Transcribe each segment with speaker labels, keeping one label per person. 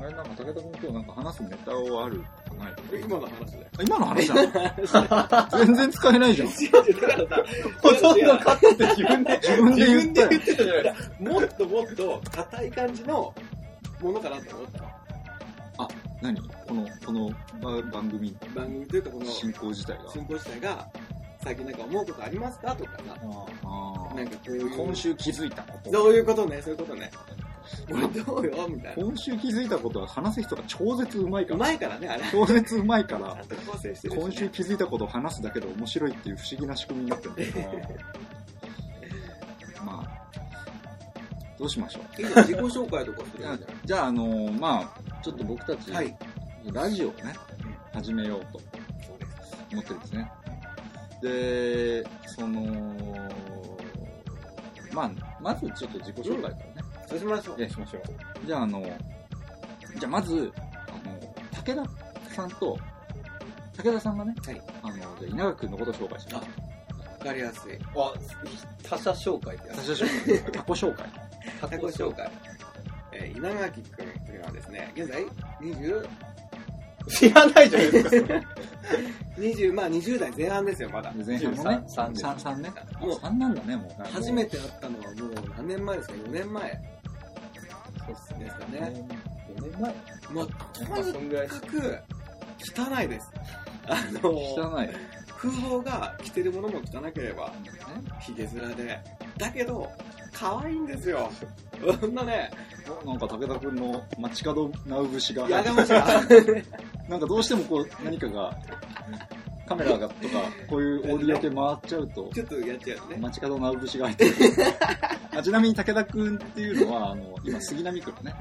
Speaker 1: なんか話すネタはあるとかない
Speaker 2: 今の話だよ。
Speaker 1: 今の話じゃ ん全然使えないじゃん。
Speaker 2: 違う違う、だからさ、
Speaker 3: ほとんどカットって自分で、
Speaker 1: 自分で
Speaker 3: 自
Speaker 1: 言っ
Speaker 3: 分
Speaker 1: たよ
Speaker 3: で言ってたじゃないですか。
Speaker 2: もっともっと硬い感じのものかなと思ったの
Speaker 1: 何この、このば番組、
Speaker 2: 番組というかこの
Speaker 1: 進行自体が。
Speaker 2: 進行自体が、最近なんか思うことありますかとかさ、
Speaker 1: あー
Speaker 2: なんかこういう。
Speaker 1: 今。週気づいたこと。
Speaker 2: そういうことね、そういうことね。俺どうよみたいな。
Speaker 1: 今週気づいたことは話す人が超絶うまいか
Speaker 2: う
Speaker 1: ら。
Speaker 2: まいからね、あれ。ち
Speaker 1: 超絶うまいか
Speaker 2: ゃ
Speaker 1: ら
Speaker 2: ん。と構成してるしね。
Speaker 1: 今週気づいたことを話すだけで面白いっていう不思議な仕組みになってるんだけどまあ、どうしましょう。
Speaker 2: いいじゃん自己紹介とかす
Speaker 1: じ
Speaker 2: るじ
Speaker 1: ゃ
Speaker 2: ゃ
Speaker 1: あ
Speaker 2: ん。、
Speaker 1: じゃああのーまあ、ちょっと僕たち、
Speaker 2: はい。
Speaker 1: ラジオをね、始めようと
Speaker 2: そうです。
Speaker 1: 思ってるんですね。で、その、まあ、まずちょっと自己紹介からね、
Speaker 2: そうしましょう。
Speaker 1: えしましょう。じゃあ、あの、じゃあまず、あの、武田さんと、武田さんがね、
Speaker 2: はい
Speaker 1: あの、じゃあ稲垣君のことを紹介します。
Speaker 2: わかりやすい。
Speaker 3: あ、他者紹介ってやつ。
Speaker 1: 私は紹介。他己紹介。
Speaker 3: 他
Speaker 2: 自己紹。介。えー、稲垣くんというのはですね、現在20、
Speaker 3: 知らないじゃないですか、それ。
Speaker 2: 20、まあ20代前半ですよ、まだ。
Speaker 1: 前半のね、
Speaker 3: 三
Speaker 1: 三三ね。
Speaker 2: もう、
Speaker 1: 三なんだね、もう。
Speaker 2: 初めて会ったのはもう何年前ですか ?4 年前
Speaker 3: そうっすね。
Speaker 2: ですかね。
Speaker 3: 4年
Speaker 2: ま
Speaker 3: 前
Speaker 2: あ、
Speaker 3: ま
Speaker 2: と
Speaker 3: あ、
Speaker 2: に
Speaker 3: そんぐらい
Speaker 2: かく汚いです。あの、
Speaker 1: 汚い。
Speaker 2: 風貌が着てるものも汚ければ、ヒゲ面で。だけど、可愛いんです よ。そんなね、
Speaker 1: おなんか武田君の街角なう節が、
Speaker 2: やがましが。
Speaker 1: なんかどうしてもこう、何かが、カメラがとか、こういうオーディオ系回っちゃうと、
Speaker 2: ちょっとやっちゃうとね。
Speaker 1: 街角なう節が入ってる。 あちなみに武田君っていうのは、あの、今杉並区のね、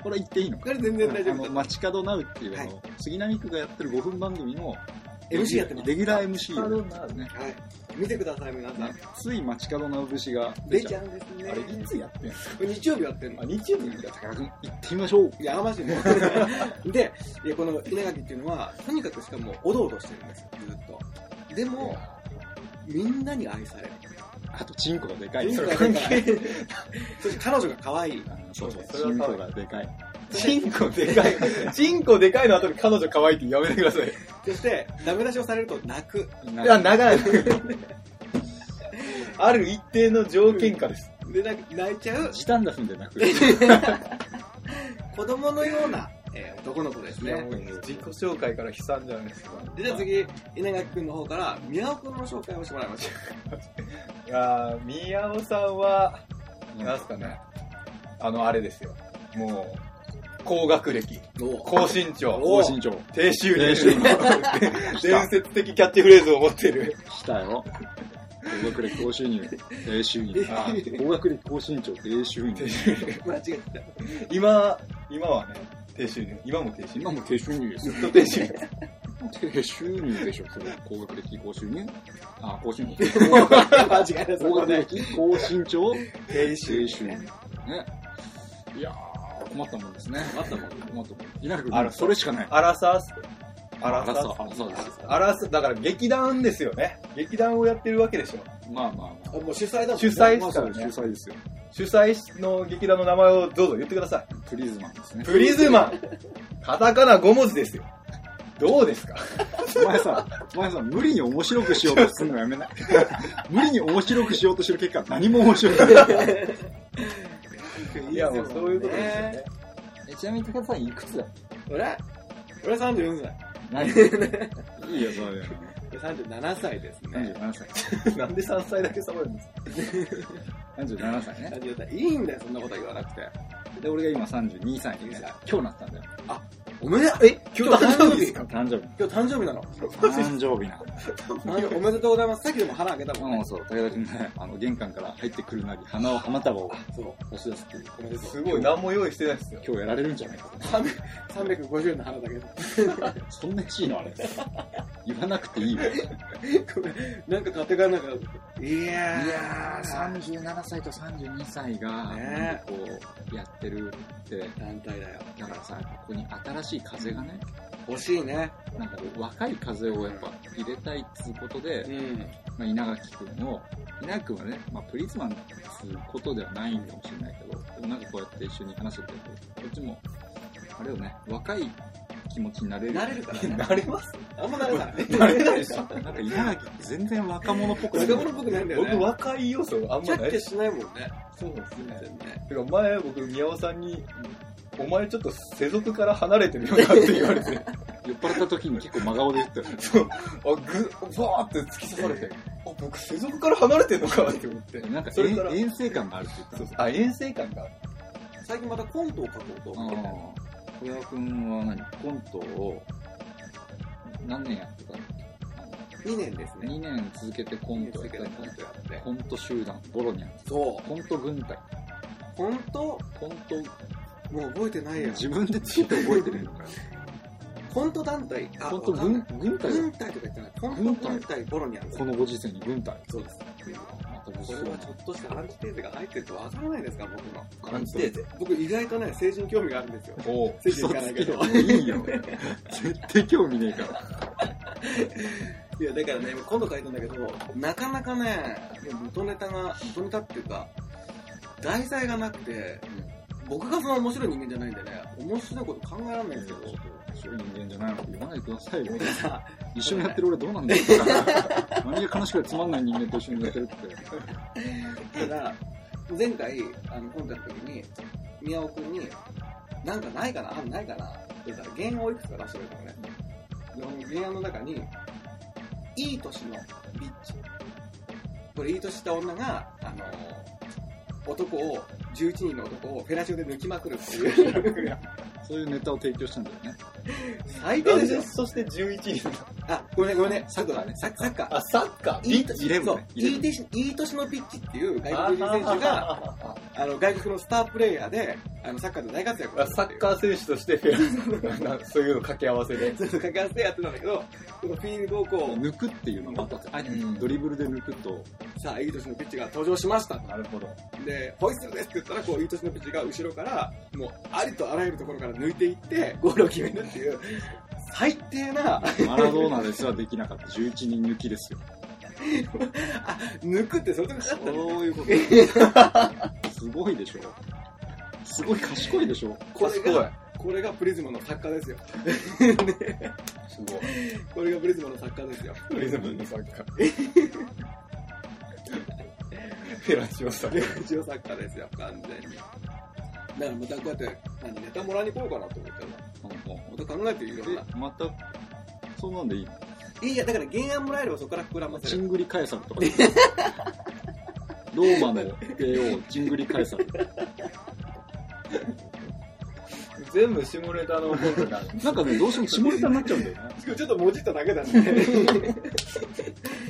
Speaker 1: これ言っていいのか
Speaker 2: これ全然大丈夫
Speaker 1: あ
Speaker 2: だ
Speaker 1: の、街角なうっていうあの、杉並区がやってる5分番組の、
Speaker 2: MC やってます
Speaker 1: レギュラー MC
Speaker 3: あ
Speaker 1: を
Speaker 3: どうなるね。
Speaker 2: はい。見てください、皆さん。
Speaker 1: つい街角の節が
Speaker 2: 出ちゃ
Speaker 1: う。
Speaker 2: うんですね。
Speaker 1: あれ、いつやってんの
Speaker 2: 日曜日やってんの
Speaker 1: あ、。日曜日なんだ。高田君、行ってみましょう。
Speaker 2: やがましいね。 で、いやこの稲垣っていうのは、とにかくしかも、おどおどしてるんですよ、ずっと。でも、みんなに愛される。
Speaker 1: あと、チンコがでかい。
Speaker 2: みんなが
Speaker 1: 関
Speaker 2: だからそして彼女が可愛い。
Speaker 1: そうそう、
Speaker 3: それは
Speaker 1: チンコがでかい。
Speaker 3: チンコで かい。チンコでかいの後に彼女可愛いってやめてください。
Speaker 2: そして、ダメ出しをされると泣く。
Speaker 3: いや、長い。 ある一定の条件下です。
Speaker 2: で、なんか泣いちゃう、
Speaker 1: 時短出すんじゃなく
Speaker 2: 子供のような、えー男の子です
Speaker 3: いや
Speaker 2: ね
Speaker 3: も。う自己紹介から悲惨じゃないですか。
Speaker 2: で、じゃあ次、稲垣くんの方から、宮尾くんの紹介をしてもらいましょ
Speaker 3: いやー宮尾さんは、なんすかね、あの、あれですよ。もう、高学歴、
Speaker 2: う。
Speaker 3: 高身長、
Speaker 1: 高身長。
Speaker 3: 低収
Speaker 1: 低
Speaker 3: 入
Speaker 1: 収入、
Speaker 3: 伝説的キャッチフレーズを持ってる。
Speaker 1: 来たよ。高学歴高収入、低収入。
Speaker 3: あー
Speaker 1: 高学歴高身長、低収入
Speaker 3: 低。収入
Speaker 2: 間違えた。
Speaker 3: 今、今はね、低収入。今も低収 入。
Speaker 1: 今も低収入です
Speaker 3: ず
Speaker 1: よ。
Speaker 3: っと低収入。
Speaker 1: 低収入でしょ、それ。高学歴高収入あ、高収 入。
Speaker 2: 間違えた。
Speaker 1: 高学歴高身長、
Speaker 3: 低
Speaker 1: 低収入。ね。いやー、困ったもんですね。
Speaker 2: あったもんね。
Speaker 1: 困ったもん。稲垣
Speaker 3: あ
Speaker 1: 君、
Speaker 3: ら
Speaker 1: それしかない。
Speaker 3: アラサーっす。アラサ
Speaker 1: 争
Speaker 3: ー。
Speaker 1: う、争うです。
Speaker 3: アラサー、だから劇団ですよね。劇団をやってるわけでしょ。
Speaker 1: まあまあまあ。
Speaker 2: あもう主催だもんね
Speaker 3: 主催
Speaker 1: ま
Speaker 3: で
Speaker 1: あ
Speaker 3: すか
Speaker 1: そう
Speaker 3: ら
Speaker 1: です、
Speaker 3: ね
Speaker 1: 主。催ですよ。
Speaker 3: 主催の劇団の名前をどうぞ言ってください。
Speaker 1: プリズマンです ね。
Speaker 3: プリズマン。カタカナ5文字ですよ。どうですか
Speaker 1: お前さ、お前さ、無理に面白くしようとするのやめない。 無理に面白くしようとしてる結果、何も面白くない。
Speaker 3: いや、もうそういうことですよ
Speaker 2: ね
Speaker 3: ね。
Speaker 1: ちなみに高田さんいくつだ
Speaker 2: 俺俺34歳。
Speaker 1: 何いいよ、それ。
Speaker 2: 俺37歳ですね。
Speaker 1: 37歳。
Speaker 3: なんで3歳だけ触るんですか
Speaker 1: 37歳ね。
Speaker 2: 37歳。いいんだよ、そんなこと言わなくて。
Speaker 1: で、俺が今32歳で、
Speaker 2: 32歳
Speaker 1: 今日なったんだよ。
Speaker 2: おめでとうえ今日誕生日ですか
Speaker 1: 誕生日。
Speaker 2: 今日誕生日なの
Speaker 1: 誕生日な
Speaker 2: 誕生おめでとうございます。さっきでも花あげたも
Speaker 1: の。
Speaker 2: んね。
Speaker 1: もうそう、武田君ね、あの、玄関から入ってくるなり、花を、花束を
Speaker 2: そう。
Speaker 1: 差し出すっていう。
Speaker 2: おめでと
Speaker 3: す
Speaker 2: う。
Speaker 3: ごい、何も用意してないですよ。
Speaker 1: 今日やられるんじゃないかと。
Speaker 2: 300 350円の花だけど。
Speaker 1: そんな欲しいのあれ。言わなくていいよ。
Speaker 2: これなんか買ってかなきゃ。いやー。
Speaker 1: いやー、37歳と32歳が、
Speaker 2: ね
Speaker 1: こう、やってるって、
Speaker 2: 団体だよ。
Speaker 1: だからさ、ここに新しい風がね、
Speaker 2: 欲しいね。
Speaker 1: なんかこう若い風をやっぱ入れたいっつうことで、
Speaker 2: ん。
Speaker 1: まあ、稲垣くんを、稲垣くんはね、まあ、プリズマンっつうことではないんかもしれないけど、でもなんかこうやって一緒に話してると、こっちも、あれよね、若い気持ちになれる。
Speaker 2: 慣れるからね。
Speaker 3: 慣れます
Speaker 2: あんま慣れない。
Speaker 3: 慣れないでしょ
Speaker 1: なんか稲垣って全然若者っぽくない。
Speaker 2: 若者っぽくないんだよね。
Speaker 3: 僕若い要素あん
Speaker 2: キ
Speaker 3: ま
Speaker 2: ャ
Speaker 3: な
Speaker 2: ッ
Speaker 3: い
Speaker 2: キャしないもんね。
Speaker 3: そうです
Speaker 2: 全然ね。
Speaker 3: てか前僕宮尾さんに「お前ちょっと世俗から離れてるよな」って言われて
Speaker 1: 酔っ払った時に結構真顔で言ったよね。
Speaker 3: そうあぐバーって突き刺されて「あ僕世俗から離れてんのか」って思って
Speaker 1: なんか
Speaker 3: それから
Speaker 1: 遠遠征感があるって言った
Speaker 3: そう
Speaker 1: の
Speaker 3: そうあ遠征感がある
Speaker 2: 最近またコントを書こうと思って。
Speaker 1: あー小籔君は何コントを何年やってたの
Speaker 2: 2年ですね。
Speaker 1: ?2 年続けてコント
Speaker 2: 続
Speaker 1: やって
Speaker 2: け
Speaker 1: た
Speaker 2: てコントやって。
Speaker 1: コント集団ボロニャン
Speaker 2: そ
Speaker 1: コント軍隊
Speaker 2: う。コント、
Speaker 1: コント
Speaker 2: もう覚えてないやん。
Speaker 1: 自分でついて覚えてるのかよ
Speaker 2: コント団体、あ、
Speaker 1: コント
Speaker 2: わかんな
Speaker 1: 軍軍
Speaker 2: い
Speaker 1: 隊だ
Speaker 2: 軍隊とか言ってない。コント軍隊ボロニャンズ
Speaker 1: こ。のご時世に軍隊
Speaker 2: そうです。
Speaker 1: また
Speaker 2: こ
Speaker 1: 物
Speaker 2: れ
Speaker 1: 騒
Speaker 2: はちょっとしたアンチテーゼが入ってるとわからないですか、僕の。
Speaker 1: な感じて
Speaker 3: ゼ
Speaker 2: 僕意外とね、政治に興味があるんですよ。
Speaker 3: おう
Speaker 2: 政治に行かないけど。
Speaker 1: いいよ絶対興味ねえから
Speaker 2: いや、だからね、今度書いたんだけど、なかなかね、元ネタが、元ネタっていうか、題材がなくて、僕がその面白い人間じゃないんでね、面白いこと考えられないんですけど、
Speaker 1: そういう人間じゃないのって言わないでくださいよ
Speaker 2: だからさ、
Speaker 1: 一緒にやってる俺どうなんだよって何が悲しくてつまんない人間と一緒にやってるって
Speaker 2: ただ、前回、あの、今回の時に、宮尾くんに、なんかないかな案ないかなって言ったら、原案をいくつか出してくれたのね。で原案の中に、いい年のビッチ。これ、いい年した女が、あの男を、11人の男をフェラチオで抜きまくるっていう。
Speaker 1: そういうネタを提供したんだよね
Speaker 2: 最低
Speaker 3: なん
Speaker 2: でし
Speaker 3: で
Speaker 2: ょ
Speaker 3: そして11人
Speaker 2: あ、ごめんね、ごめんね、サッカーだね、サッサッカー。
Speaker 3: あサッカー
Speaker 2: いい年
Speaker 1: イレブン
Speaker 2: そう
Speaker 1: ねイレ
Speaker 2: い
Speaker 1: ブン
Speaker 2: い年いい年のピッチっていう外
Speaker 3: あ
Speaker 2: 国人選手 が、
Speaker 3: あ
Speaker 2: あの、外国のスタープレイヤーで、あの、サッカーで大活躍を
Speaker 3: あ
Speaker 2: し
Speaker 3: サ
Speaker 2: たってい
Speaker 3: ッ
Speaker 2: う
Speaker 3: カー選手としてフ ェラなそういうの掛け合わせで
Speaker 2: そうそう、掛け合わせでやってたんだけど、このフィールドをこ
Speaker 1: 抜くっていうのがあえてドリブルで抜くと
Speaker 2: う、さあ、いい年のピッチが登場しましたと。
Speaker 3: なるほど
Speaker 2: で、ホイッスルですって言ったら、こう、いい年のピッチが後ろから、もう、ありとあらゆるところから抜いていって、ゴールを決めるっていう、最低な、
Speaker 1: マラドーナですらできなかった11人抜きですよ
Speaker 2: 抜くってそういうとこだったの
Speaker 1: そういうことすごいでしょすごい賢いでしょ
Speaker 2: これが、これがプリズムの作家ですよ。
Speaker 3: すごい
Speaker 2: これがプリズムの作家ですよ。
Speaker 3: プリズムのサッカーフェラチオさん
Speaker 2: 一応作家ですよ、完全に。だからまたこうやって、何、ネタもらいに行こうかなと思ってまた考えていろんな。
Speaker 1: でまたそんなんでいいの
Speaker 2: いやいや、だから原案もらえればそこから膨らませ
Speaker 1: チ
Speaker 2: る。
Speaker 1: ングリカエサル とかローマの帝王チングリカエサル
Speaker 3: 全部下ネタのコントがある。
Speaker 1: なんかねどうしても下ネタになっちゃうんだよね
Speaker 2: ちょっともじっただけだしね。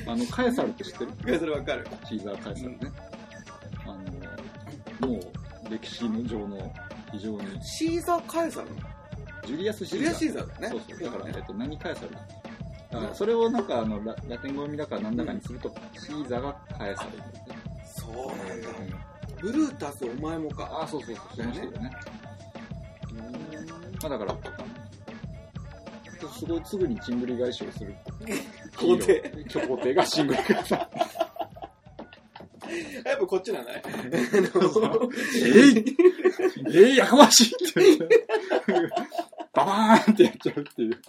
Speaker 1: あのカエサルって知ってる
Speaker 2: いやそれわかる。
Speaker 1: シーザー・カエサルね、あのもう歴史の上の非常に
Speaker 2: シーザー・カエサルの
Speaker 1: ジュリアス・シ
Speaker 2: ジ
Speaker 1: ーザー
Speaker 2: ュリアシーザーだよ
Speaker 1: そう
Speaker 2: ね。
Speaker 1: そうだから、え
Speaker 2: ね
Speaker 1: っ。と、何返さるだか
Speaker 2: うん
Speaker 1: らそれをなんかあのララテン語読みだからなんだかにすると、シーザが返される
Speaker 2: そうなんだ。ブルータスお前もか。
Speaker 1: ああそうそうそうその人だよねまあだからあのすごいすぐにチングリ返しをする
Speaker 2: 皇帝
Speaker 1: 今日皇帝がチングリ返さ
Speaker 2: やっぱこっちなんだね。
Speaker 1: えいえいやかましいって言ってババーンってやっちゃうっていう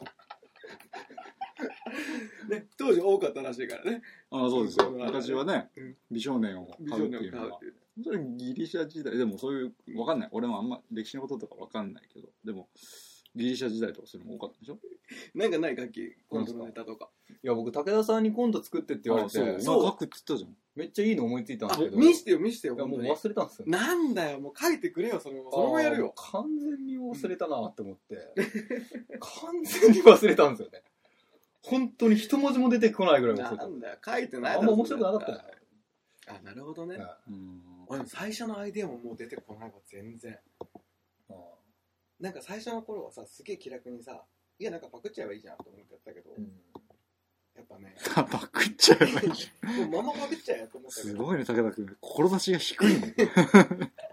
Speaker 2: ね当時多かったらしいからね。
Speaker 1: ああそうですよ昔はね
Speaker 2: うん
Speaker 1: 美少年を
Speaker 2: 美
Speaker 1: 買
Speaker 2: 少
Speaker 1: うって
Speaker 2: 年を
Speaker 1: い
Speaker 2: 買
Speaker 1: うの
Speaker 2: う
Speaker 1: は
Speaker 2: っていう。
Speaker 1: それギリシャ時代でもそういうわかんない俺もあんま歴史のこととかわかんないけどでもギリシャ時代とかそれも多かったでしょ
Speaker 2: なんかない楽器、コントのネタとか。
Speaker 3: いや、僕、武田さんに今度作ってって言われ
Speaker 1: そう
Speaker 3: て、
Speaker 1: そう書くって言ったじ
Speaker 3: めっちゃいいの思いついたんで
Speaker 2: あ
Speaker 3: すけ、ど、
Speaker 2: 見してよ、見してよ、
Speaker 3: いやも
Speaker 2: 本
Speaker 3: う
Speaker 2: 当に。
Speaker 3: 忘れたんですよ。
Speaker 2: なんだよ、もう書いてくれよ、そのまま。そのままやるよ。
Speaker 3: あー。完全に忘れたなって思って、完全に忘れたんですよね。本当に一文字も出てこないぐらい忘
Speaker 2: な
Speaker 3: れた。
Speaker 2: んだよ、書いてないだろ
Speaker 3: あんま面白くなかったよ
Speaker 2: あ、なるほどね。
Speaker 3: は
Speaker 1: ゃ
Speaker 3: い
Speaker 1: んうん
Speaker 2: 俺、最初のアイデアももう出てこないわ、全然。
Speaker 3: あー
Speaker 2: なんか最初の頃はさ、すげえ気楽にさ、いや、なんかパクっちゃえばいいじゃんと思ってやったけど、
Speaker 3: うん
Speaker 2: やっぱね、
Speaker 1: パクっちゃえばいいじゃん
Speaker 2: もうまんまパクっちゃえよと思ったけ
Speaker 1: す
Speaker 2: ど、
Speaker 1: ごいね武田君志が低いね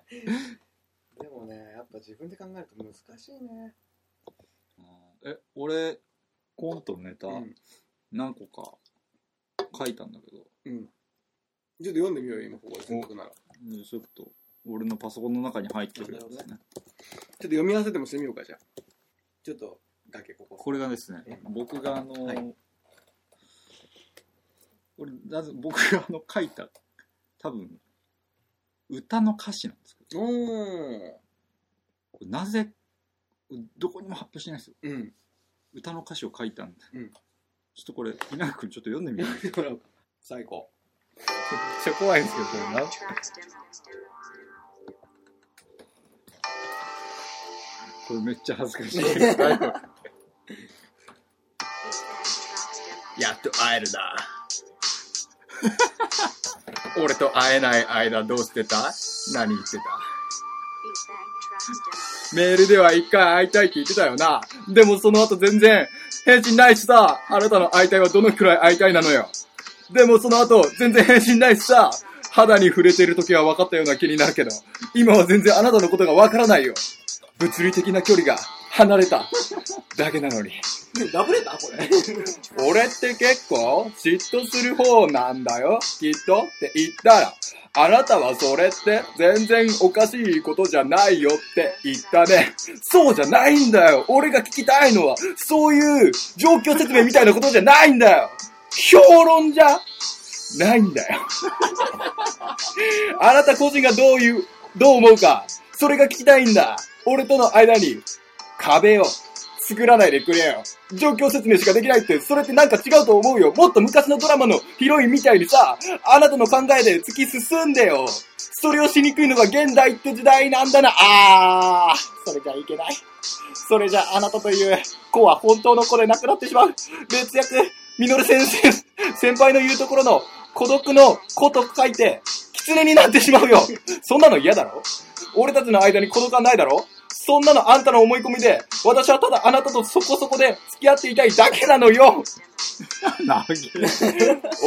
Speaker 2: でもね、やっぱ自分で考えると難しいね。
Speaker 1: え俺コントのネタ
Speaker 2: うん。
Speaker 1: 何個か書いたんだけど、
Speaker 2: うん。ちょっと読んでみようよ、今ここで、せっかくなら。ちょっ
Speaker 1: うんちょっと俺のパソコンの中に入ってるやつね
Speaker 2: と読み合わせてもしてみようか、じゃあ。ちょっと崖ここ。
Speaker 1: これがですね、僕があの、
Speaker 2: はい
Speaker 1: これなぜ僕があの書いた多分歌の歌詞なんですけど
Speaker 2: おー。
Speaker 1: これなぜどこにも発表しないですよ
Speaker 2: うん。
Speaker 1: 歌の歌詞を書いたんで、
Speaker 2: うん
Speaker 1: ちょっとこれ稲垣君ちょっと読んでみて
Speaker 2: 最高。
Speaker 3: ちゃ怖いんですけど、これな
Speaker 4: Nine tracks demo.
Speaker 1: これめっちゃ恥ずかしい
Speaker 4: Nine tracks demo.
Speaker 3: やっと会えるな。 俺と会えない間どうしてた何言ってた
Speaker 4: Nine tracks demo.
Speaker 3: メールでは一回会いたいって言ってたよな。でもその後全然返信ないしさ。あなたの会いたいはどのくらい会いたいなのよ。でもその後全然返信ないしさ。肌に触れてる時は分かったような気になるけど、今は全然あなたのことが分からないよ。物理的な距離が離れた。だけなのに。
Speaker 2: ねラブレターこれ。
Speaker 3: 俺って結構嫉妬する方なんだよ、きっとって言ったら、あなたはそれって全然おかしいことじゃないよって言ったね。そうじゃないんだよ。俺が聞きたいのは、そういう状況説明みたいなことじゃないんだよ。評論じゃないんだよ。 あなた個人がどういう、どう思うか、それが聞きたいんだ。俺との間に壁を作らないでくれよ。状況説明しかできないって、それってなんか違うと思うよ。もっと昔のドラマのヒロインみたいにさ、あなたの考えで突き進んでよ。それをしにくいのが現代って時代なんだな。あー、それじゃいけない。それじゃあなたという子は本当の子でなくなってしまう。別役、ミノル先生、先輩の言うところの孤独の子と書いて、狐になってしまうよ。そんなの嫌だろ俺たちの間に孤独はないだろそんなのあんたの思い込みで、私はただあなたとそこそこで付き合っていたいだけなのよ
Speaker 1: なげ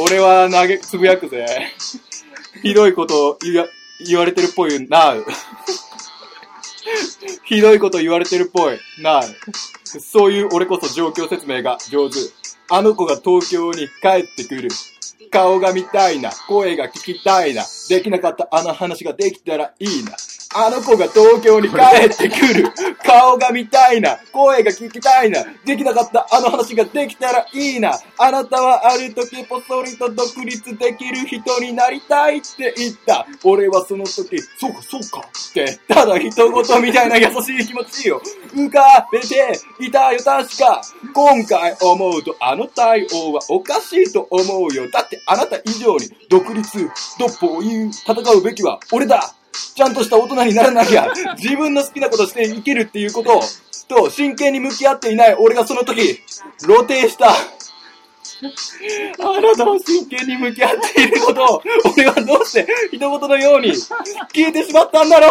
Speaker 3: 俺は投げ、つぶやくぜ。ひどいことを言わ言われてるっぽいなう。ひどいこと言われてるっぽいなう。そういう俺こそ状況説明が上手。あの子が東京に帰ってくる。顔が見たいな。声が聞きたいな。できなかったあの話ができたらいいな。あの子が東京に帰ってくる。顔が見たいな。声が聞きたいな。できなかったあの話ができたらいいな。あなたはある時ぽそりと独立できる人になりたいって言った。俺はその時、そうかそうかって、ただ人事みたいな優しい気持ちよ。浮かべていたよ確か。今回思うとあの対応はおかしいと思うよ。だってあなた以上に独立、独歩を言う、戦うべきは俺だちゃんとした大人にならなきゃ、自分の好きなことして生きるっていうことを、と真剣に向き合っていない俺がその時、露呈した。あなたは真剣に向き合っていることを、俺はどうして一言のように聞いてしまったんだろ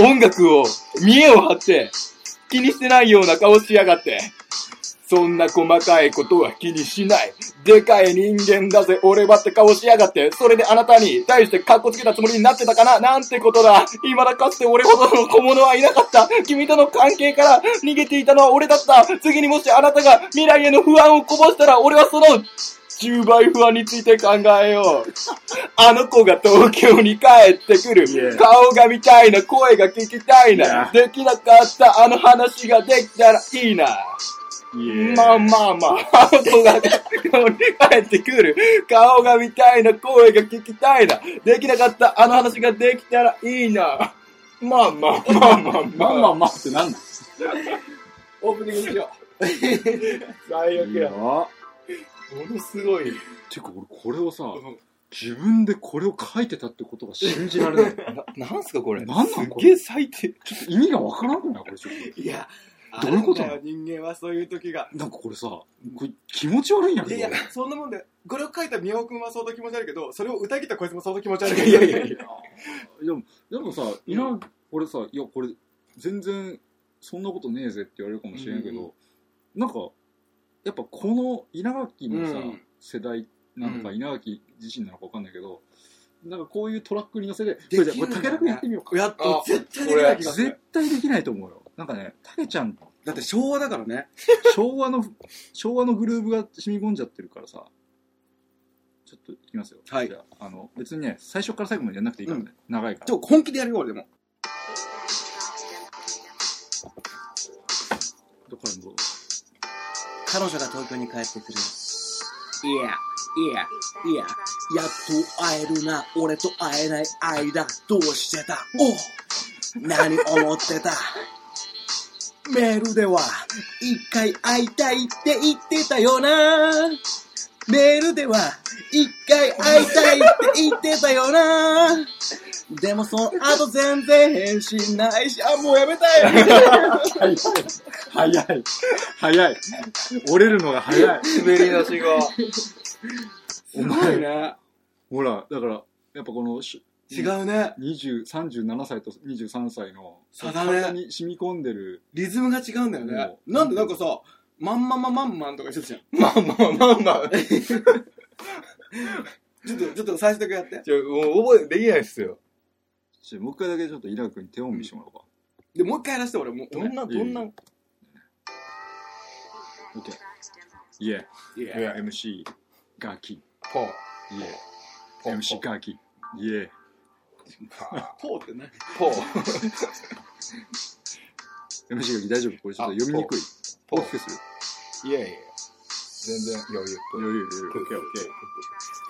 Speaker 3: う音楽を、見栄を張って、気にしてないような顔しやがって。そんな細かいことは気にしない。でかい人間だぜ、俺はって顔しやがって。それであなたに対してカッコつけたつもりになってたかななんてことだ。未だかつて俺ほどの小物はいなかった。君との関係から逃げていたのは俺だった。次にもしあなたが未来への不安をこぼしたら、俺はその10倍不安について考えよう。あの子が東京に帰ってくる。
Speaker 1: Yeah.
Speaker 3: 顔が見たいな、声が聞きたいな。
Speaker 1: Yeah.
Speaker 3: できなかったあの話ができたらいいな。まあまあまあ、ハートが帰ってくる。顔が見たいな、声が聞きたいな。できなかったあの話ができたらいいな。まあまあまあまあま
Speaker 1: まあ
Speaker 3: あ
Speaker 1: まあまあってなんだ
Speaker 2: オープニングにしよ
Speaker 3: 最
Speaker 1: いいな
Speaker 3: も
Speaker 1: も
Speaker 3: のすごい。
Speaker 1: てか俺これをさ自分でこれを書いてたってことが信じられない
Speaker 3: な、なん すかこれ
Speaker 1: なんなんこ
Speaker 3: すげ
Speaker 1: れ
Speaker 3: え最低。
Speaker 1: ちょっと意味がわからんくないこれちょっ
Speaker 2: う。いや、
Speaker 1: どういうこと
Speaker 2: あるんだよ人間はそういう時が。
Speaker 1: となんかこれさこれ気持ち悪いんや
Speaker 2: い
Speaker 1: け
Speaker 2: や
Speaker 1: ど
Speaker 2: いや、そんなもんで、これを書いた宮尾くんは相当気持ち悪いけど、それを歌い切ったこいつも相当気持ち悪いけど。
Speaker 3: いやいやいや
Speaker 1: でもでもさ稲垣俺さいやこれ全然そんなことねえぜって言われるかもしれんけど、なんかやっぱこの稲垣のさ、
Speaker 2: うん
Speaker 1: 世代なのか、
Speaker 2: う
Speaker 1: 稲垣自身なのか分かんないけどなんかこういうトラックに乗せて「
Speaker 2: き
Speaker 1: これ
Speaker 2: るん
Speaker 1: じ
Speaker 2: だ
Speaker 1: ゃあこ
Speaker 2: ね
Speaker 1: れ武田君やってみようか
Speaker 2: やっと
Speaker 3: あ
Speaker 2: 絶対できない気」がす
Speaker 1: 絶
Speaker 2: る。
Speaker 1: 対できないと思うよなんかね武ちゃん
Speaker 2: だって昭和だからね。
Speaker 1: 昭和の昭和のグルーブが染み込んじゃってるからさちょっといきますよ、
Speaker 2: はい
Speaker 1: じゃああの別にね最初から最後までやんなくていいからね、長いから
Speaker 2: ちょ、本気でやるよ、俺でも。
Speaker 4: Nine tracks demo.
Speaker 2: 彼女が東京に帰ってくる。
Speaker 5: いや、いや、いや、やっと会えるな。俺と会えない間、どうしてたおう何思ってたメールでは、一回会いたいって言ってたよな。メールでは、一回会いたいって言ってたよな。でもその後全然返信ないし、あ、もうやめたい。
Speaker 1: 早い。早い。早い。折れるのが早い。
Speaker 3: 滑り出し が。
Speaker 1: お前ね。ほら、だから、やっぱこの、し
Speaker 2: 違うね。
Speaker 1: 20 37歳と23歳の、
Speaker 2: 差だね
Speaker 1: 体に染み込んでる、
Speaker 2: リズムが違うんだよね。
Speaker 1: うん
Speaker 2: なんでなんかさ、まんまままんまんとか言ってたじゃん。
Speaker 3: まあまあまあまあ。
Speaker 2: ちょっと、ちょっと最初だけやって。
Speaker 3: じゃもう覚え、できないっすよ。
Speaker 1: ちょもう一回だけちょっとイラクに手を見してもらおうか。
Speaker 2: で、もう一回やらせて、俺もう。
Speaker 3: どんな、どんな。い
Speaker 1: OK。イェ
Speaker 2: いや
Speaker 1: イ。MC、ガキ。
Speaker 3: ポー。
Speaker 1: イェ
Speaker 3: ポ
Speaker 1: イ。
Speaker 3: ー
Speaker 1: MC ガキ。イェイ。
Speaker 2: ポーってね。
Speaker 3: ポー。
Speaker 1: MC ガキ大丈夫これちょっと読みにくい。
Speaker 3: ポ
Speaker 1: 大き
Speaker 3: ー。
Speaker 1: くする。
Speaker 3: いやいや全然余裕。
Speaker 1: 余裕余裕。OK OK。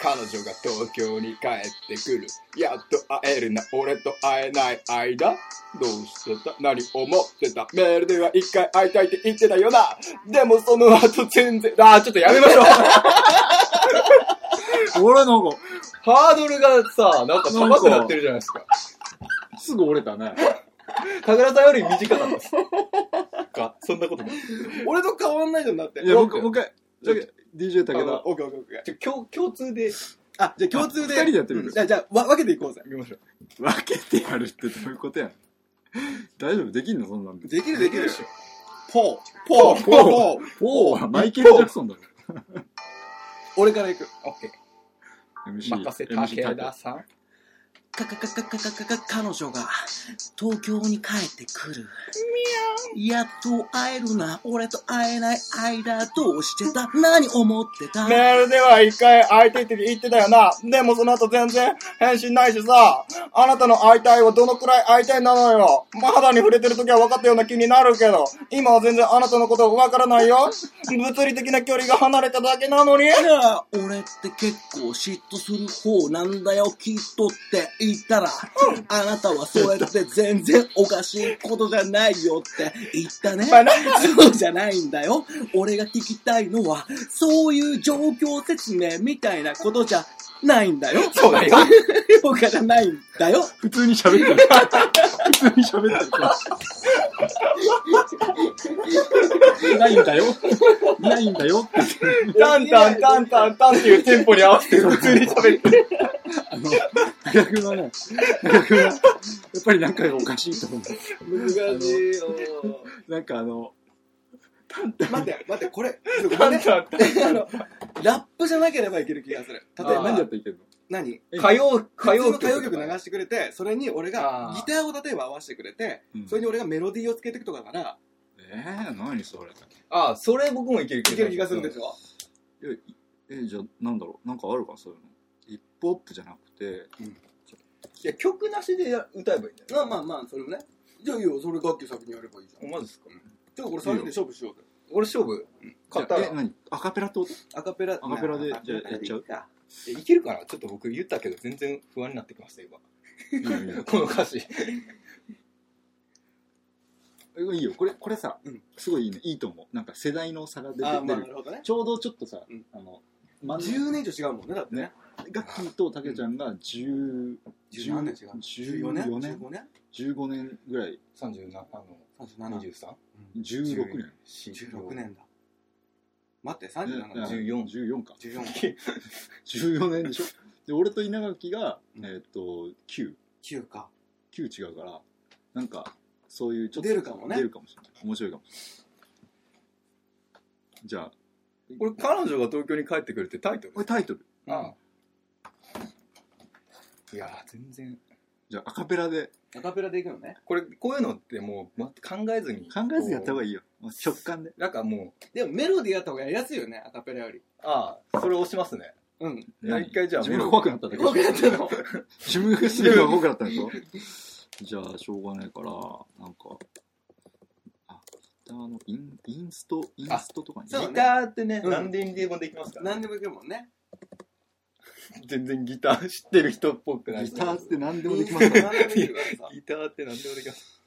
Speaker 3: 彼女が東京に帰ってくる。やっと会えるな、俺と会えない間。どうしてた何思ってたメールでは一回会いたいって言ってたよな。 でもその後全然、あー、ちょっとやめま しょう。
Speaker 1: 俺なんか、
Speaker 3: ハードルがさ、なんか高くなってるじゃないですか。
Speaker 1: すぐ折れたね。
Speaker 3: 神楽さんより短かったです。 か、そんなことない。
Speaker 2: 俺と変わんないじゃんだって。
Speaker 1: いや、もう一回もう
Speaker 3: 僕
Speaker 1: 一回、だけ DJ 武
Speaker 2: あ
Speaker 1: 田。
Speaker 2: オッケーオッケーオッケー。
Speaker 3: ちょ、共、共通で
Speaker 2: あ、じゃあ共通で。
Speaker 1: あ二人でやってみる
Speaker 2: うんじゃあ、じゃあ、わ分けていこうぜ。
Speaker 3: 見ましょう。
Speaker 1: 分けてやるってどういうことやん。大丈夫できんのそんなんで。
Speaker 2: できるできる
Speaker 3: でしょ。
Speaker 2: ポー。ポー、
Speaker 1: ポ
Speaker 2: ポ
Speaker 1: ー
Speaker 2: ー、
Speaker 1: ポ
Speaker 2: ポー。
Speaker 1: おぉマイケル・ジャクソンだろ。
Speaker 2: 俺から行く。
Speaker 3: オッケ
Speaker 1: MC
Speaker 3: ー。任せ
Speaker 1: MC
Speaker 3: た武田さん。
Speaker 5: かかかかかかかか彼女が東京に帰ってくる。やっと会えるな、俺と会えない間どうしてた何思ってた
Speaker 3: メールでは一回会いたいって言ってたよな。でもその後全然返信ないしさ。あなたの会いたいはどのくらい会いたいなのよ。まあ肌に触れてる時は分かったような気になるけど、今は全然あなたのこと分からないよ。物理的な距離が離れただけなのに。
Speaker 5: いや俺って結構嫉妬する方なんだよ、きっとって言ったら、あなたはそれって全然おかしいことじゃないよって言ったね。
Speaker 3: まあなんか
Speaker 5: そうじゃないんだよ。俺が聞きたいのは、そういう状況説明みたいなことじゃないんだよ。
Speaker 3: そうだよ。
Speaker 5: 評価じゃないんだよ。
Speaker 1: 普通に喋ってる。普通に喋ってる。ないんだよ。ないんだよって。
Speaker 3: タンタンタンタンタンっていうテンポに合わせて普通に喋ってる。
Speaker 1: あの、逆のね、逆の、やっぱりなんかがおかしいと思う。
Speaker 2: 難しいよ。
Speaker 1: なんかあの、
Speaker 2: 待って、待って、これ、
Speaker 3: タ
Speaker 2: これ
Speaker 3: ン
Speaker 2: ね、
Speaker 3: タンタン。
Speaker 2: あの、ラップじゃなければいける気がする。例え
Speaker 1: 例えば
Speaker 2: ば
Speaker 1: 何や、っていけんの
Speaker 2: 何
Speaker 3: 歌謡、歌
Speaker 2: 歌
Speaker 3: 謡
Speaker 2: 謡
Speaker 3: 曲。
Speaker 2: 歌謡曲流してくれて、それに俺が
Speaker 3: あー
Speaker 2: ギターを例えば合わせてくれて、それに俺がメロディーをつけていくとかなら、
Speaker 1: えー、何それ。
Speaker 3: ああ、それ僕もいける
Speaker 2: いける気がするんでしょ
Speaker 1: えーじゃあなんだろうなんかあるかそういうのヒップホップじゃなくて
Speaker 3: いや、曲なしで歌えばいいんだよ。
Speaker 2: まあまあまあ、それもね。じゃあいいよ、それ楽器先にやればいいじゃん。
Speaker 3: マジですか
Speaker 2: ちょっとこれ3人で勝負しようぜ。
Speaker 3: 俺勝負勝った
Speaker 1: じゃあえ
Speaker 3: ら。
Speaker 1: 何アカペラってこと
Speaker 2: アカペラ、ア
Speaker 1: カペラでじゃあやっちゃう
Speaker 3: えいけるかなちょっと僕言ったけど全然不安になってきました、今。この歌詞。
Speaker 1: うんいいよこれこれさ、
Speaker 2: うん
Speaker 1: すごいいいねいいと思うなんか世代の差が出て
Speaker 2: あー、まあ
Speaker 1: 出
Speaker 2: な
Speaker 1: る
Speaker 2: るほどね。
Speaker 1: ちょうどちょっとさ、
Speaker 2: うん
Speaker 1: あの真ん中
Speaker 2: 10年以上違うもんね、だってね。
Speaker 1: ガッキーとタケちゃんが10
Speaker 2: 10何年違う
Speaker 1: 14年
Speaker 2: 年 ?15 年
Speaker 1: 15年ぐらい
Speaker 3: 37、あの、
Speaker 2: ?37。
Speaker 3: 23?
Speaker 1: 16年
Speaker 2: 16
Speaker 3: 16。
Speaker 2: 年だ。待って、37だ。
Speaker 3: 14
Speaker 1: 14か
Speaker 2: 14か。
Speaker 1: 14年で しょで俺と稲垣が、
Speaker 2: うん
Speaker 1: えーっと9
Speaker 2: 9か。
Speaker 1: 9違うからなんかそういうちょっと
Speaker 2: 出るかもね
Speaker 1: 出るかもしれない面白いかもしれないじゃあ
Speaker 3: これ彼女が東京に帰ってくるってタイトル
Speaker 1: これタイトル
Speaker 3: ああいやー、全然。
Speaker 1: じゃあアカペラで
Speaker 2: アカペラでいくのね。
Speaker 3: これ、こういうのってもう、ま考えずに。
Speaker 1: 考えずやった方が
Speaker 3: いい。
Speaker 1: いいよもう直感で
Speaker 3: なんかもう、
Speaker 2: でもメロディーやった方がやりやすいよね、アカペラより。
Speaker 3: ああ、それ押しますね。
Speaker 2: うん。
Speaker 3: 何一回じゃあ
Speaker 1: 自分が怖くなっただけ
Speaker 2: 僕やったの。
Speaker 1: 自分がするのが怖くなったんでしょじゃあしょうがないからなんかあターのインインスト、インストとかに。
Speaker 2: そう
Speaker 1: ね
Speaker 2: ね
Speaker 5: ギターってね、
Speaker 2: うん
Speaker 5: 何ででもできますから、
Speaker 2: 何でもいけるもんね。
Speaker 5: 全然ギター知ってる人っぽくない
Speaker 1: ギ
Speaker 5: ギ
Speaker 1: タ
Speaker 5: タ
Speaker 1: ーって何でも
Speaker 2: 何
Speaker 1: で
Speaker 2: で
Speaker 1: き
Speaker 2: も
Speaker 1: ま
Speaker 2: ですきる
Speaker 1: から
Speaker 2: からさ。
Speaker 5: ーって何でもできます。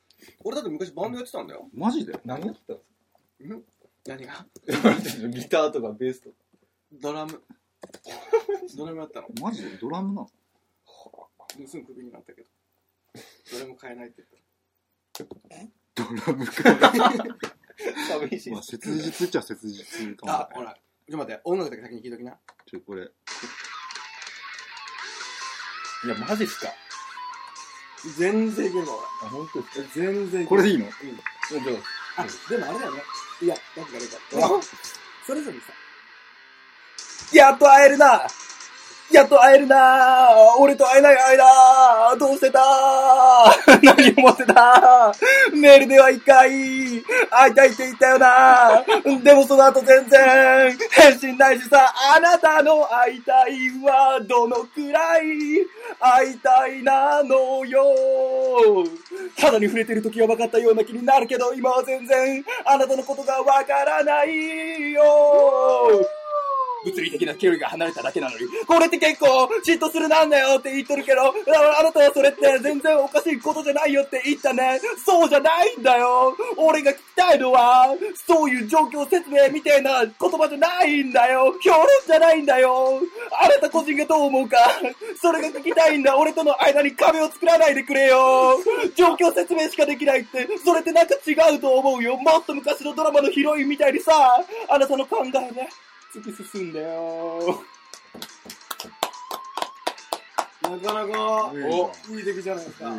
Speaker 2: 俺だって昔バンドやってたんだよ。
Speaker 1: マジで
Speaker 5: 何やってたん
Speaker 2: 何が
Speaker 5: ですか ギターとかベースとか。
Speaker 2: ドラム。ドラムやったの。
Speaker 1: マジでドラムなの
Speaker 2: すぐクビになったけど。ドラム買えないって言った。
Speaker 1: ドラムか。
Speaker 5: 寂しい
Speaker 1: まあ、切実っちゃ切実かも。
Speaker 2: あ、ほら。ちょっと待って、音楽だけ先に聞いときな。
Speaker 1: ちょ、これ。
Speaker 5: いや、マジっすか。
Speaker 2: 全然いけるわ、
Speaker 5: あ、本当です
Speaker 2: 俺。全然い
Speaker 1: こ
Speaker 2: け
Speaker 1: れ
Speaker 2: る。
Speaker 1: でいいの
Speaker 5: か。じゃ
Speaker 2: あ、でもあれだよね。いや、なんかあれか。それぞれさ、
Speaker 3: やっと会えるなやっと会えるな俺と会えない間どうしてた 何を思ってたメールでは一回会いたいって言ったよなでもその後全然返信ないしさ、あなたの会いたいはどのくらい会いたいなのよ肌に触れてる時は分かったような気になるけど、今は全然あなたのことが分からないよ物理的な距離が離れただけなのに、これって結構嫉妬するなんだよって言ってるけど、ああなたはそれって全然おかしいことじゃないよって言ったね。そうじゃないんだよ。俺が聞きたいのは、そういう状況説明みたいな言葉じゃないんだよ。評論じゃないんだよ。あなた個人がどう思うか、それが聞きたいんだ。俺との間に壁を作らないでくれよ。状況説明しかできないって、それってなんか違うと思うよ。もっと昔のドラマのヒロインみたいにさ、あなたの考えね。突き進んだよ
Speaker 2: なかなか、
Speaker 1: お
Speaker 2: いい出来じゃないですか。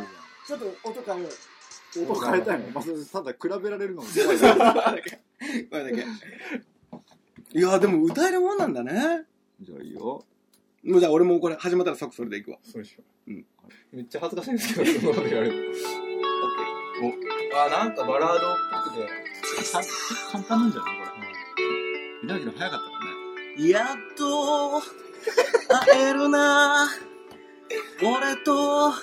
Speaker 2: ちょっと音変えよう。
Speaker 1: 音変えたいのまず、ただ比べられるのも怖いな。
Speaker 2: これだけ。 いや、でも歌えるもんなんだね。
Speaker 1: じゃあいいよ。
Speaker 2: もうじゃあ俺もこれ始まったら即それでいくわ。
Speaker 5: あ、そうでしょ。
Speaker 2: うん。
Speaker 5: めっちゃ恥ずかしいんですけど、 そのままでやる。おあ、なんかバラードっぽくて。
Speaker 1: 簡単なんじゃないこれ。稲垣の早かったからね。
Speaker 3: やっと会えるな俺と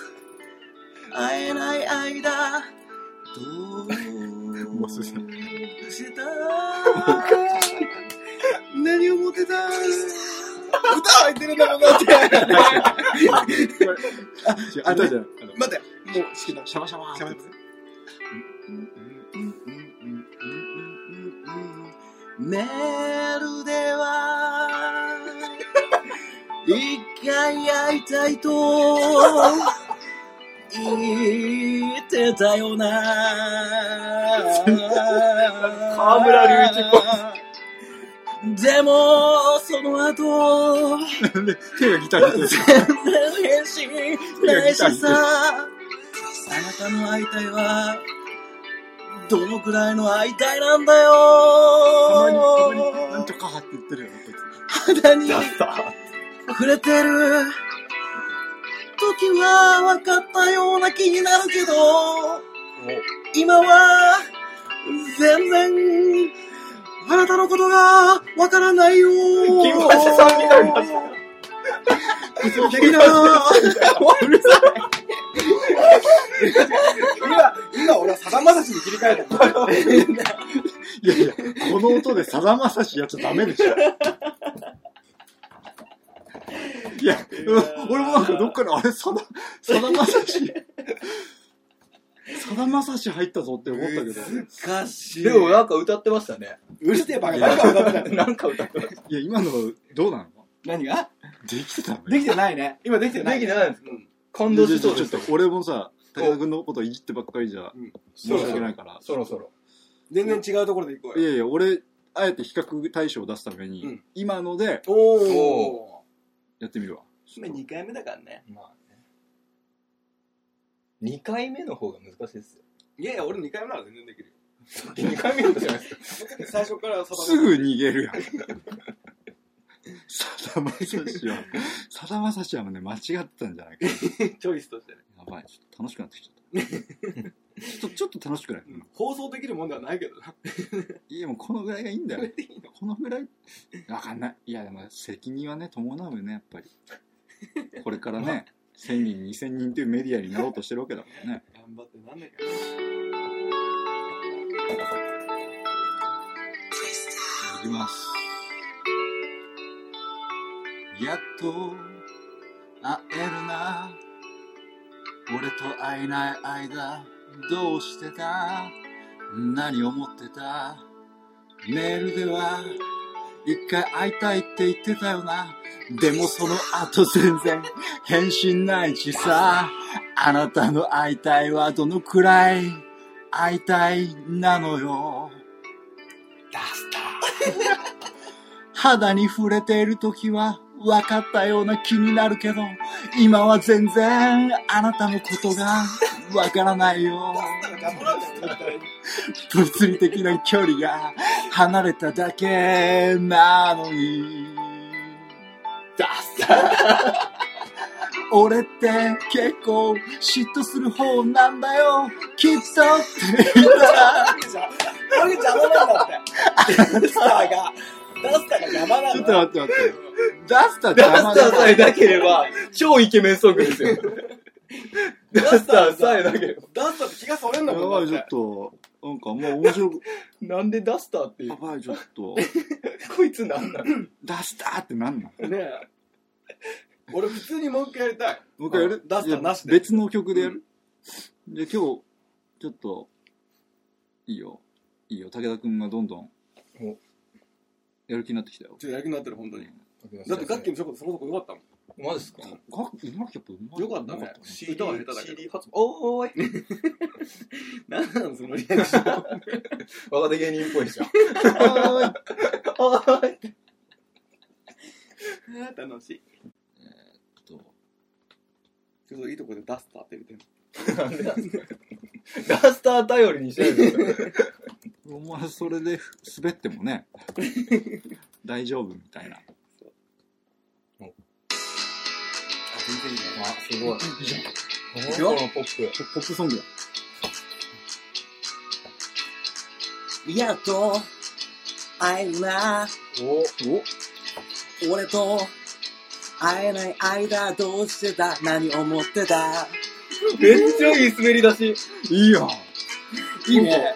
Speaker 3: 会えない間ど
Speaker 1: もう
Speaker 3: う
Speaker 1: すいま
Speaker 3: した
Speaker 2: 何を持ってた歌入ってるんだろうなって。
Speaker 1: 違う、あ、じゃあ、
Speaker 2: 待って、もう式だ。
Speaker 1: シャバシャバー
Speaker 2: 喋っ
Speaker 1: ってて。
Speaker 3: メールでは一回会いたいと言ってたよな
Speaker 5: 河村隆一っぽ
Speaker 3: でもその後
Speaker 1: 手がギターに
Speaker 3: 全然返信ないしさあなたの会いたいはどのくらいの会いたいなんだよ
Speaker 1: たまに、たまに、なんとかって言ってるよね、こい
Speaker 3: 肌に触れてる時は分かったような気になるけど今は全然あなたのことが分からな いよ
Speaker 5: 金八さんみたいになってた。
Speaker 3: いいな
Speaker 2: 今、今俺はさだまさしに切り替えた。
Speaker 1: つ。いやいや、この音でさだまさしやっちゃダメでしょ。いや、俺もなんかどっかで、あれ、さだ、さだまさし、さだまさし入ったぞって思ったけど、
Speaker 2: 歌詞
Speaker 5: でもなんか歌ってましたね。
Speaker 2: うるせえバカ。バカ歌ってない。
Speaker 5: なんか歌ってました。
Speaker 1: いや、今のどうなの
Speaker 2: 何が
Speaker 1: できてたの
Speaker 2: できてないね。今できてない。
Speaker 5: できてないんですか
Speaker 2: うん
Speaker 5: 感動し
Speaker 1: ち
Speaker 5: そ
Speaker 1: ょ
Speaker 5: うで
Speaker 1: っ
Speaker 5: した
Speaker 1: と
Speaker 5: よ。
Speaker 1: 俺もさ、武田君のこといじってばっかりじゃ申
Speaker 5: そろ
Speaker 1: し
Speaker 5: そ
Speaker 1: 訳な
Speaker 5: ろ
Speaker 1: い。から。
Speaker 5: そろそろ。
Speaker 2: 全然違うところで行こう
Speaker 1: い
Speaker 2: よ。
Speaker 1: やいや、俺、あえて比較対象を出すために、
Speaker 2: うん
Speaker 1: 今ので
Speaker 2: おー。
Speaker 1: やってみるわ。
Speaker 2: 今2回目だからね。
Speaker 5: まあね。2回目の方が難しいですよ。
Speaker 2: いやいや、俺2回目なら全然できるよ。
Speaker 5: 2回目の方じゃないですか。
Speaker 2: 最初からさ
Speaker 1: すぐ逃げるや ん。さだまさしは、さだまさしはね、間違ってたんじゃないか。
Speaker 2: チョイスとしてね。
Speaker 1: やばい、ちょっと楽しくなってきちゃった。ちょっと、ちょっと楽しくない、
Speaker 2: 放送できるもんではないけどな。
Speaker 1: いや、もうこのぐらいがいいんだよ。
Speaker 2: いいの
Speaker 1: このぐらい、わかんない。いや、でも責任はね、伴うよね、やっぱり。これ からね、1000人、2000人というメディアになろうとしてるわけだからね。
Speaker 2: 頑張ってなんだけ
Speaker 1: きます。やっと会えるな。俺と会えない間、どうしてた何を思ってたメールでは、一回会いたいって言ってたよな。でもその後全然返信ないしさ。あなたの会いたいはどのくらい会いたいなのよ。ダスター。肌に触れている時は分かったような気になるけど、今は全然あなたのことが分からないよ。物理的な距離が離れただけなのに。ダッサ俺って結構嫉妬する方なんだよ。きっとって言ったら。
Speaker 5: これ邪魔なんだって。ダンスターが、ダンスターが邪魔な
Speaker 1: ちょっ
Speaker 5: ん
Speaker 1: と
Speaker 5: だ。
Speaker 1: 待って待って。ダスター
Speaker 6: ダ
Speaker 1: 邪魔
Speaker 6: スタ
Speaker 1: だ
Speaker 6: ーさえなければ、超イケメンソングですよ。ダスターさえなければ。
Speaker 5: ダンスターって気がそれん
Speaker 1: や
Speaker 5: の
Speaker 1: ばい、ちょっと。なんかもう面白く、
Speaker 6: なんでダスターっていう
Speaker 1: や、ばい、ちょっ と。
Speaker 6: こいつなんなの
Speaker 1: ダスターってなんの
Speaker 2: ねえ。俺普通にもう一回やりたい。
Speaker 1: もう一回やる
Speaker 2: ダスターなしで
Speaker 1: いや別の曲でやる、で、今日、ちょっと、いいよ。いいよ。武田くんがどんどん
Speaker 6: お、
Speaker 1: やる気になってきたよ。
Speaker 2: ちょっとやる気になってる、本当に。だって、楽器のちょこそこそこ良かったもん。
Speaker 6: マジっすか
Speaker 1: が今キャップうまい
Speaker 2: よかった
Speaker 1: よか
Speaker 2: ね
Speaker 1: っ。
Speaker 2: 歌は下手だけど
Speaker 6: CD 発おーい
Speaker 2: なんなの、そのリアクション。
Speaker 6: 若手芸人っぽいじゃん。
Speaker 2: おーい。 あー楽しい。
Speaker 1: たね
Speaker 2: ちょっといいとこでダスターって入れてる。
Speaker 6: ダスター頼りにしてるんですよ。
Speaker 1: お前それで滑っても ね、大丈夫みたいな。
Speaker 2: あ、全然いいね。
Speaker 6: あ、すごい。
Speaker 1: いいじゃん。
Speaker 6: このポップ。
Speaker 1: ポポップソングだ。
Speaker 5: やっと、会えるな。
Speaker 6: おお
Speaker 5: 俺と、会えない間どうしてた何思ってた
Speaker 6: めっちゃいい滑り出し。
Speaker 1: いいやん。
Speaker 5: いいね。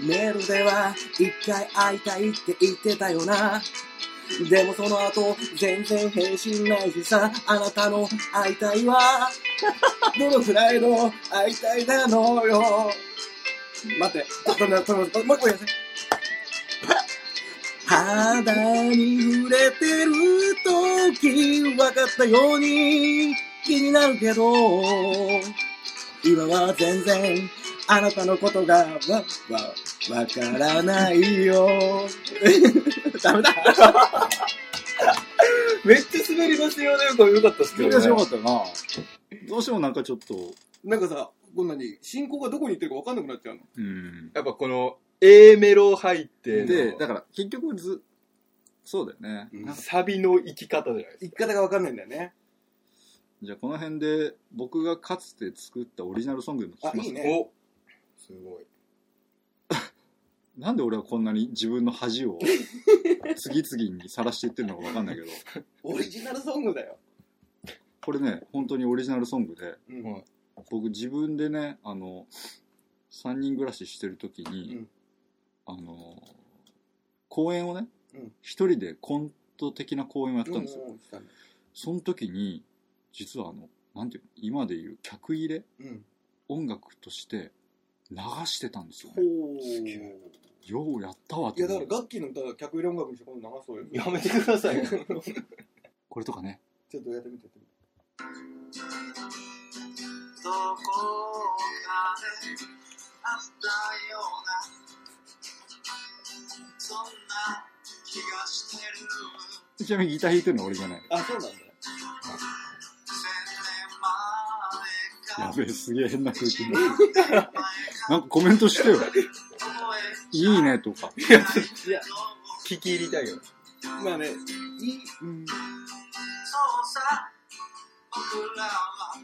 Speaker 5: メールでは一回会いたいって言ってたよな。でもその後全然返信ないしさ、あなたの会いたいは、どのくらいの会いたいなのよ。
Speaker 2: 待って、ちょっとね、その、もう一個やせ。
Speaker 5: 肌に触れてるとき分かったように気になるけど今は全然あなたのことがわわわからないよダメだ
Speaker 6: めっちゃ滑り出し用のよく良かったっすけ
Speaker 1: 滑り
Speaker 6: どね。
Speaker 1: 出しよかったな。どうしてもなんかちょっと、
Speaker 2: なんかさ、こんなに、進行がどこに行ってるか分かんなくなっちゃうの。
Speaker 1: うん。
Speaker 6: やっぱこの A メロ入っての
Speaker 1: で、だから結局ず、そうだよね。なんか
Speaker 6: サビの生き方じゃないですか。
Speaker 2: 行き方が分かんないんだよね。
Speaker 1: じゃあこの辺で僕がかつて作ったオリジナルソングでも聞き
Speaker 2: あ
Speaker 1: ま
Speaker 2: い
Speaker 1: す
Speaker 2: いね
Speaker 6: おすごい。
Speaker 1: なんで俺はこんなに自分の恥を 次々に晒していってるのかわかんないけど、
Speaker 2: オリジナルソングだよ。
Speaker 1: これね、本当にオリジナルソングで、
Speaker 2: うん
Speaker 6: はい
Speaker 1: 僕自分でね、あの、3人暮らししてる時に、あの、公演をね
Speaker 2: うん、
Speaker 1: 一、人でコント的な公演をやったんですよ。
Speaker 2: うんうんうん
Speaker 1: その時に、実はあの、なんていうの、今でいう客入れ
Speaker 2: うん。
Speaker 1: 音楽として流してたんですよ、
Speaker 2: ほ
Speaker 1: ね。
Speaker 2: ー。
Speaker 6: すげえ
Speaker 1: ようやったわ
Speaker 2: い
Speaker 1: と
Speaker 2: や、
Speaker 1: 思
Speaker 2: だ
Speaker 1: う
Speaker 2: から、楽器の歌、客入れ音楽にして今度流そうよ。
Speaker 6: やめてくださ いよ。
Speaker 1: これとかね。
Speaker 2: ちょっとやってみて。やってみて
Speaker 7: どこかであったようなそんな気がしてる
Speaker 1: ちなみにギター弾いてるの俺じゃない。
Speaker 2: あ、そうなんだ。
Speaker 7: 千年前
Speaker 1: や
Speaker 7: か
Speaker 1: べえ、すげえ変な空気になってるなんかコメントしてよ。いいねとか。
Speaker 2: いや、
Speaker 6: 聞き入りたいよ。
Speaker 2: まあね、いい、うん。
Speaker 7: そうさ僕らは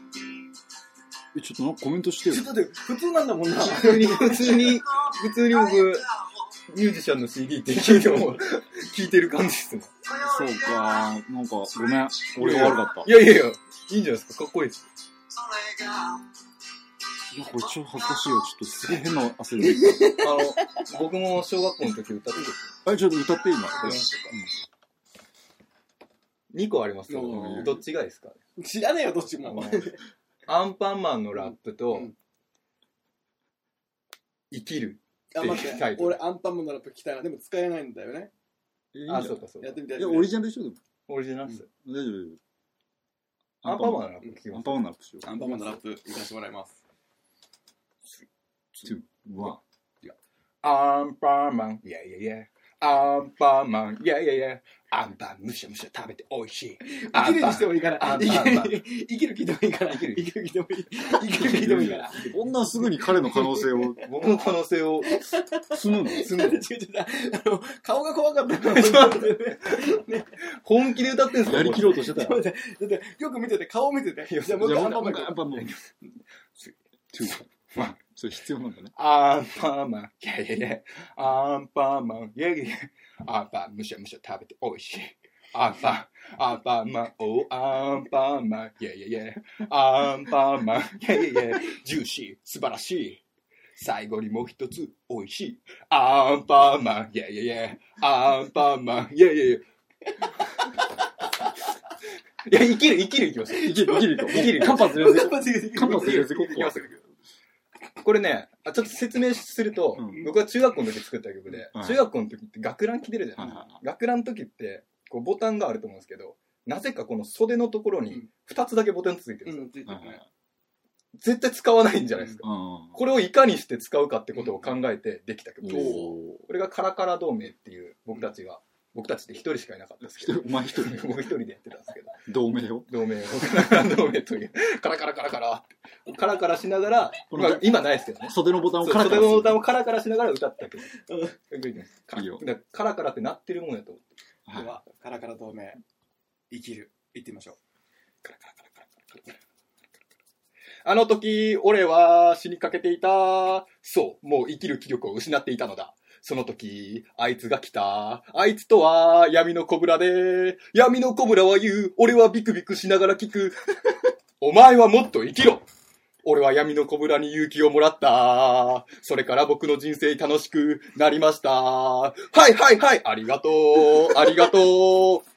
Speaker 1: え、ちょっとなんかコメントしてよ
Speaker 2: ちょっ。と待って、普通なんだもんな。
Speaker 6: 普通に、普通に、普通に僕、ミュージシャンの CD って聞いても、聞いてる感じですね。
Speaker 3: é
Speaker 1: そうか、なんかごめん。俺が悪かった
Speaker 6: い。やいやいや、いいんじゃないですか。かっこいいです。
Speaker 7: それが
Speaker 1: いや、これ超恥ずかしいよ。ちょっとすげえ変な汗出てき
Speaker 6: の、僕も小学校の時歌って
Speaker 1: た。あ、ちょっと歌っていいの
Speaker 6: た。2個ありますよ
Speaker 2: う。ん
Speaker 6: どっちがいいですか
Speaker 2: 知らねえよ、どっちも。
Speaker 6: アンパンマンのラップと、
Speaker 2: うん
Speaker 6: 生きる。
Speaker 2: あ、待っ
Speaker 6: タ
Speaker 2: て
Speaker 6: イ、ト
Speaker 2: 俺、
Speaker 6: ル
Speaker 2: アンパンマンのラップ来たら、でも使えないんだよね。
Speaker 6: あ、そうかそう
Speaker 2: や
Speaker 6: か
Speaker 2: っ。てみたい
Speaker 1: い
Speaker 2: で
Speaker 1: や、
Speaker 2: すね。
Speaker 1: オリジナルでしょでも
Speaker 6: オリジナルっす。
Speaker 1: 大丈夫、大丈夫。
Speaker 6: アンパンマンのラップ聞き
Speaker 1: ア
Speaker 6: ま
Speaker 1: ン
Speaker 6: す。
Speaker 1: パンマンのラップしよ
Speaker 2: アンパンマンのラップ行かせてもらいます。
Speaker 1: う。ワン。
Speaker 6: アンパンマン、いやいやいや。アンパンマン、いやいやいや。アンパン、むしゃむしゃ食べて美味しい。
Speaker 2: 生
Speaker 6: ア
Speaker 2: き
Speaker 6: ン
Speaker 2: るに
Speaker 6: パン
Speaker 2: して、もいいから。
Speaker 6: アン
Speaker 2: 生
Speaker 6: パン
Speaker 2: き
Speaker 6: マン
Speaker 2: る、生きる気でもいいから。
Speaker 6: 生きる
Speaker 2: 生きる気でもいい。生きる気でもいいから。
Speaker 1: こんなすぐに彼の可能性を
Speaker 6: 僕の可能性を
Speaker 1: 積むの
Speaker 2: 違う違う違うあの顔が怖かったから。
Speaker 6: 本気で歌ってんすか
Speaker 1: やりきろうとしてた
Speaker 2: だって、だってよく見てて、顔見てて。じゃあもう一
Speaker 1: じ
Speaker 2: 回
Speaker 1: ゃ
Speaker 2: ア
Speaker 1: あ
Speaker 2: ンパンマン行
Speaker 1: や
Speaker 2: こ
Speaker 1: っぱもう、ツー、
Speaker 6: ワン
Speaker 1: それ必要なんだね。
Speaker 6: アンパンマン、いやいやいや、アンパンマン、いやいやいや、アンパン、むしゃむしゃ食べて美味しい。アンパン、アンパンマン、おうアンパンマン、いやいやいや、アンパンマン、いやいやいや、ジューシー、素晴らしい。最後にもう一つ、美味しい。アンパンマン、いやいやいや、アンパンマン、いやいやい や。いや、生きる、生きる、いきます。生きる、生きる、生きる。
Speaker 1: カンパするやつ。
Speaker 2: う。
Speaker 1: カンパするやつ、こ
Speaker 6: いきますこれねあちょっと説明すると、
Speaker 1: うん
Speaker 6: 僕は中学校の時作った曲で、
Speaker 1: はい
Speaker 6: 中学校の時って学ラン着てるじゃない、
Speaker 1: はいはいは
Speaker 6: 学ランの時ってこうボタンがあると思うんですけどなぜかこの袖のところ
Speaker 2: う
Speaker 6: に
Speaker 2: ん
Speaker 6: 2つだけボタンついてる、
Speaker 2: うん、ついてるね。
Speaker 6: 絶対使わないんじゃないですか、
Speaker 1: うん。
Speaker 6: これをいかにして使うかってことを考えてできた曲です、
Speaker 1: お
Speaker 6: これがカラカラ同盟っていう僕たちが、僕たちって一人しかいなかったんですけど
Speaker 1: お前一人、
Speaker 6: 僕一人でやってたんですけど
Speaker 1: 同盟を。
Speaker 6: 同盟をカラカラ同盟というカラカラカラカラってカラカラしながら
Speaker 1: この
Speaker 6: 今今ないですけどね
Speaker 1: 袖のボタンを
Speaker 6: そう
Speaker 1: カラカラ
Speaker 6: 袖のボタ
Speaker 1: ン。
Speaker 6: ンをカラカラしながら歌ったけど
Speaker 2: う。
Speaker 6: カラ
Speaker 1: いいよ
Speaker 6: だからカラカラって鳴ってるもんやと思って。
Speaker 2: で
Speaker 1: はい
Speaker 2: は、カラカラ透明、生きる。行ってみましょう。
Speaker 6: カラカラカラカラカラカラカラカラカラあの時、俺は死にかけていた。そう、もう生きる気力を失っていたのだ。その時、あいつが来た。あいつとは闇のコブラで。闇のコブラは言う。俺はビクビクしながら聞く。お前はもっと生きろ俺は闇の小ブラに勇気をもらった。それから僕の人生楽しくなりました。はいはいはいありがとうありがとう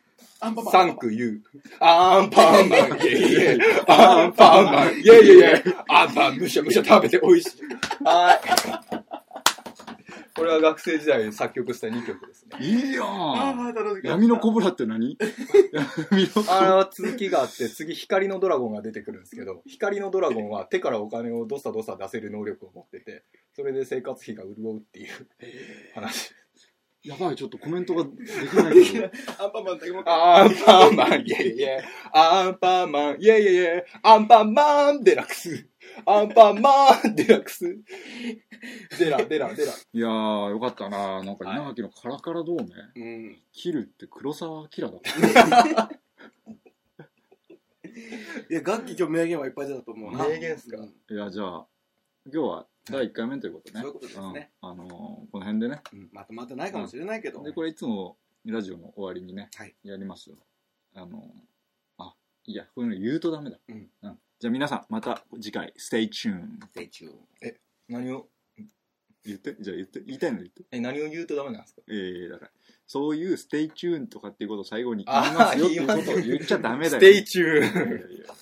Speaker 2: アンパンマン。
Speaker 6: サンクユー。アンパンマンイェイイェイアンパンマンイェイイェイイェイアンパンむしゃむしゃ食べて美味しい。はい。これは学生時代に作曲した2曲ですね。
Speaker 1: いいよ
Speaker 2: ああ、楽しかった
Speaker 1: 闇のコブラって何闇の
Speaker 6: あの続きがあって次光のドラゴンが出てくるんですけど光のドラゴンは手からお金をどさどさ出せる能力を持っててそれで生活費が潤うっていう話
Speaker 1: やばい、ちょっとコメントができないけど。
Speaker 2: アンパンマンだけも。
Speaker 6: アンパンマンイェイイェイアンパンマンイェイイェイイェイアンパンマンデラックスアンパンマンデラックスデラデラデラ
Speaker 1: いやー、よかったななんか稲垣のカラカラ同盟、
Speaker 2: うん。
Speaker 1: キルって黒沢キラだった。
Speaker 2: いや、楽器今日名言はいっぱい出たと思うな。
Speaker 6: 名言っすか
Speaker 2: うん
Speaker 1: いや、じゃあ、今日は第1回目ということね。
Speaker 2: そういうことですね
Speaker 1: うん。あのーこの辺でね。
Speaker 2: うんまとまってないかもしれないけど
Speaker 1: で、。これいつもラジオの終わりにね、
Speaker 2: はい
Speaker 1: やりますよ。あのーあ、いや、こういうの言うとダメだ。
Speaker 2: うん
Speaker 1: じゃあ皆さん、また次回、stay tuned。
Speaker 2: Stay tuned.
Speaker 6: 何を
Speaker 1: 言って、じゃあ言って、言いたいの言って。
Speaker 6: え何を言うとダメなんですか
Speaker 1: えー、だから、そう いう stay tuned とかっていうことを最後に言いますよっていうことを言っちゃダメだよ。
Speaker 6: ステイチュー
Speaker 1: いやいや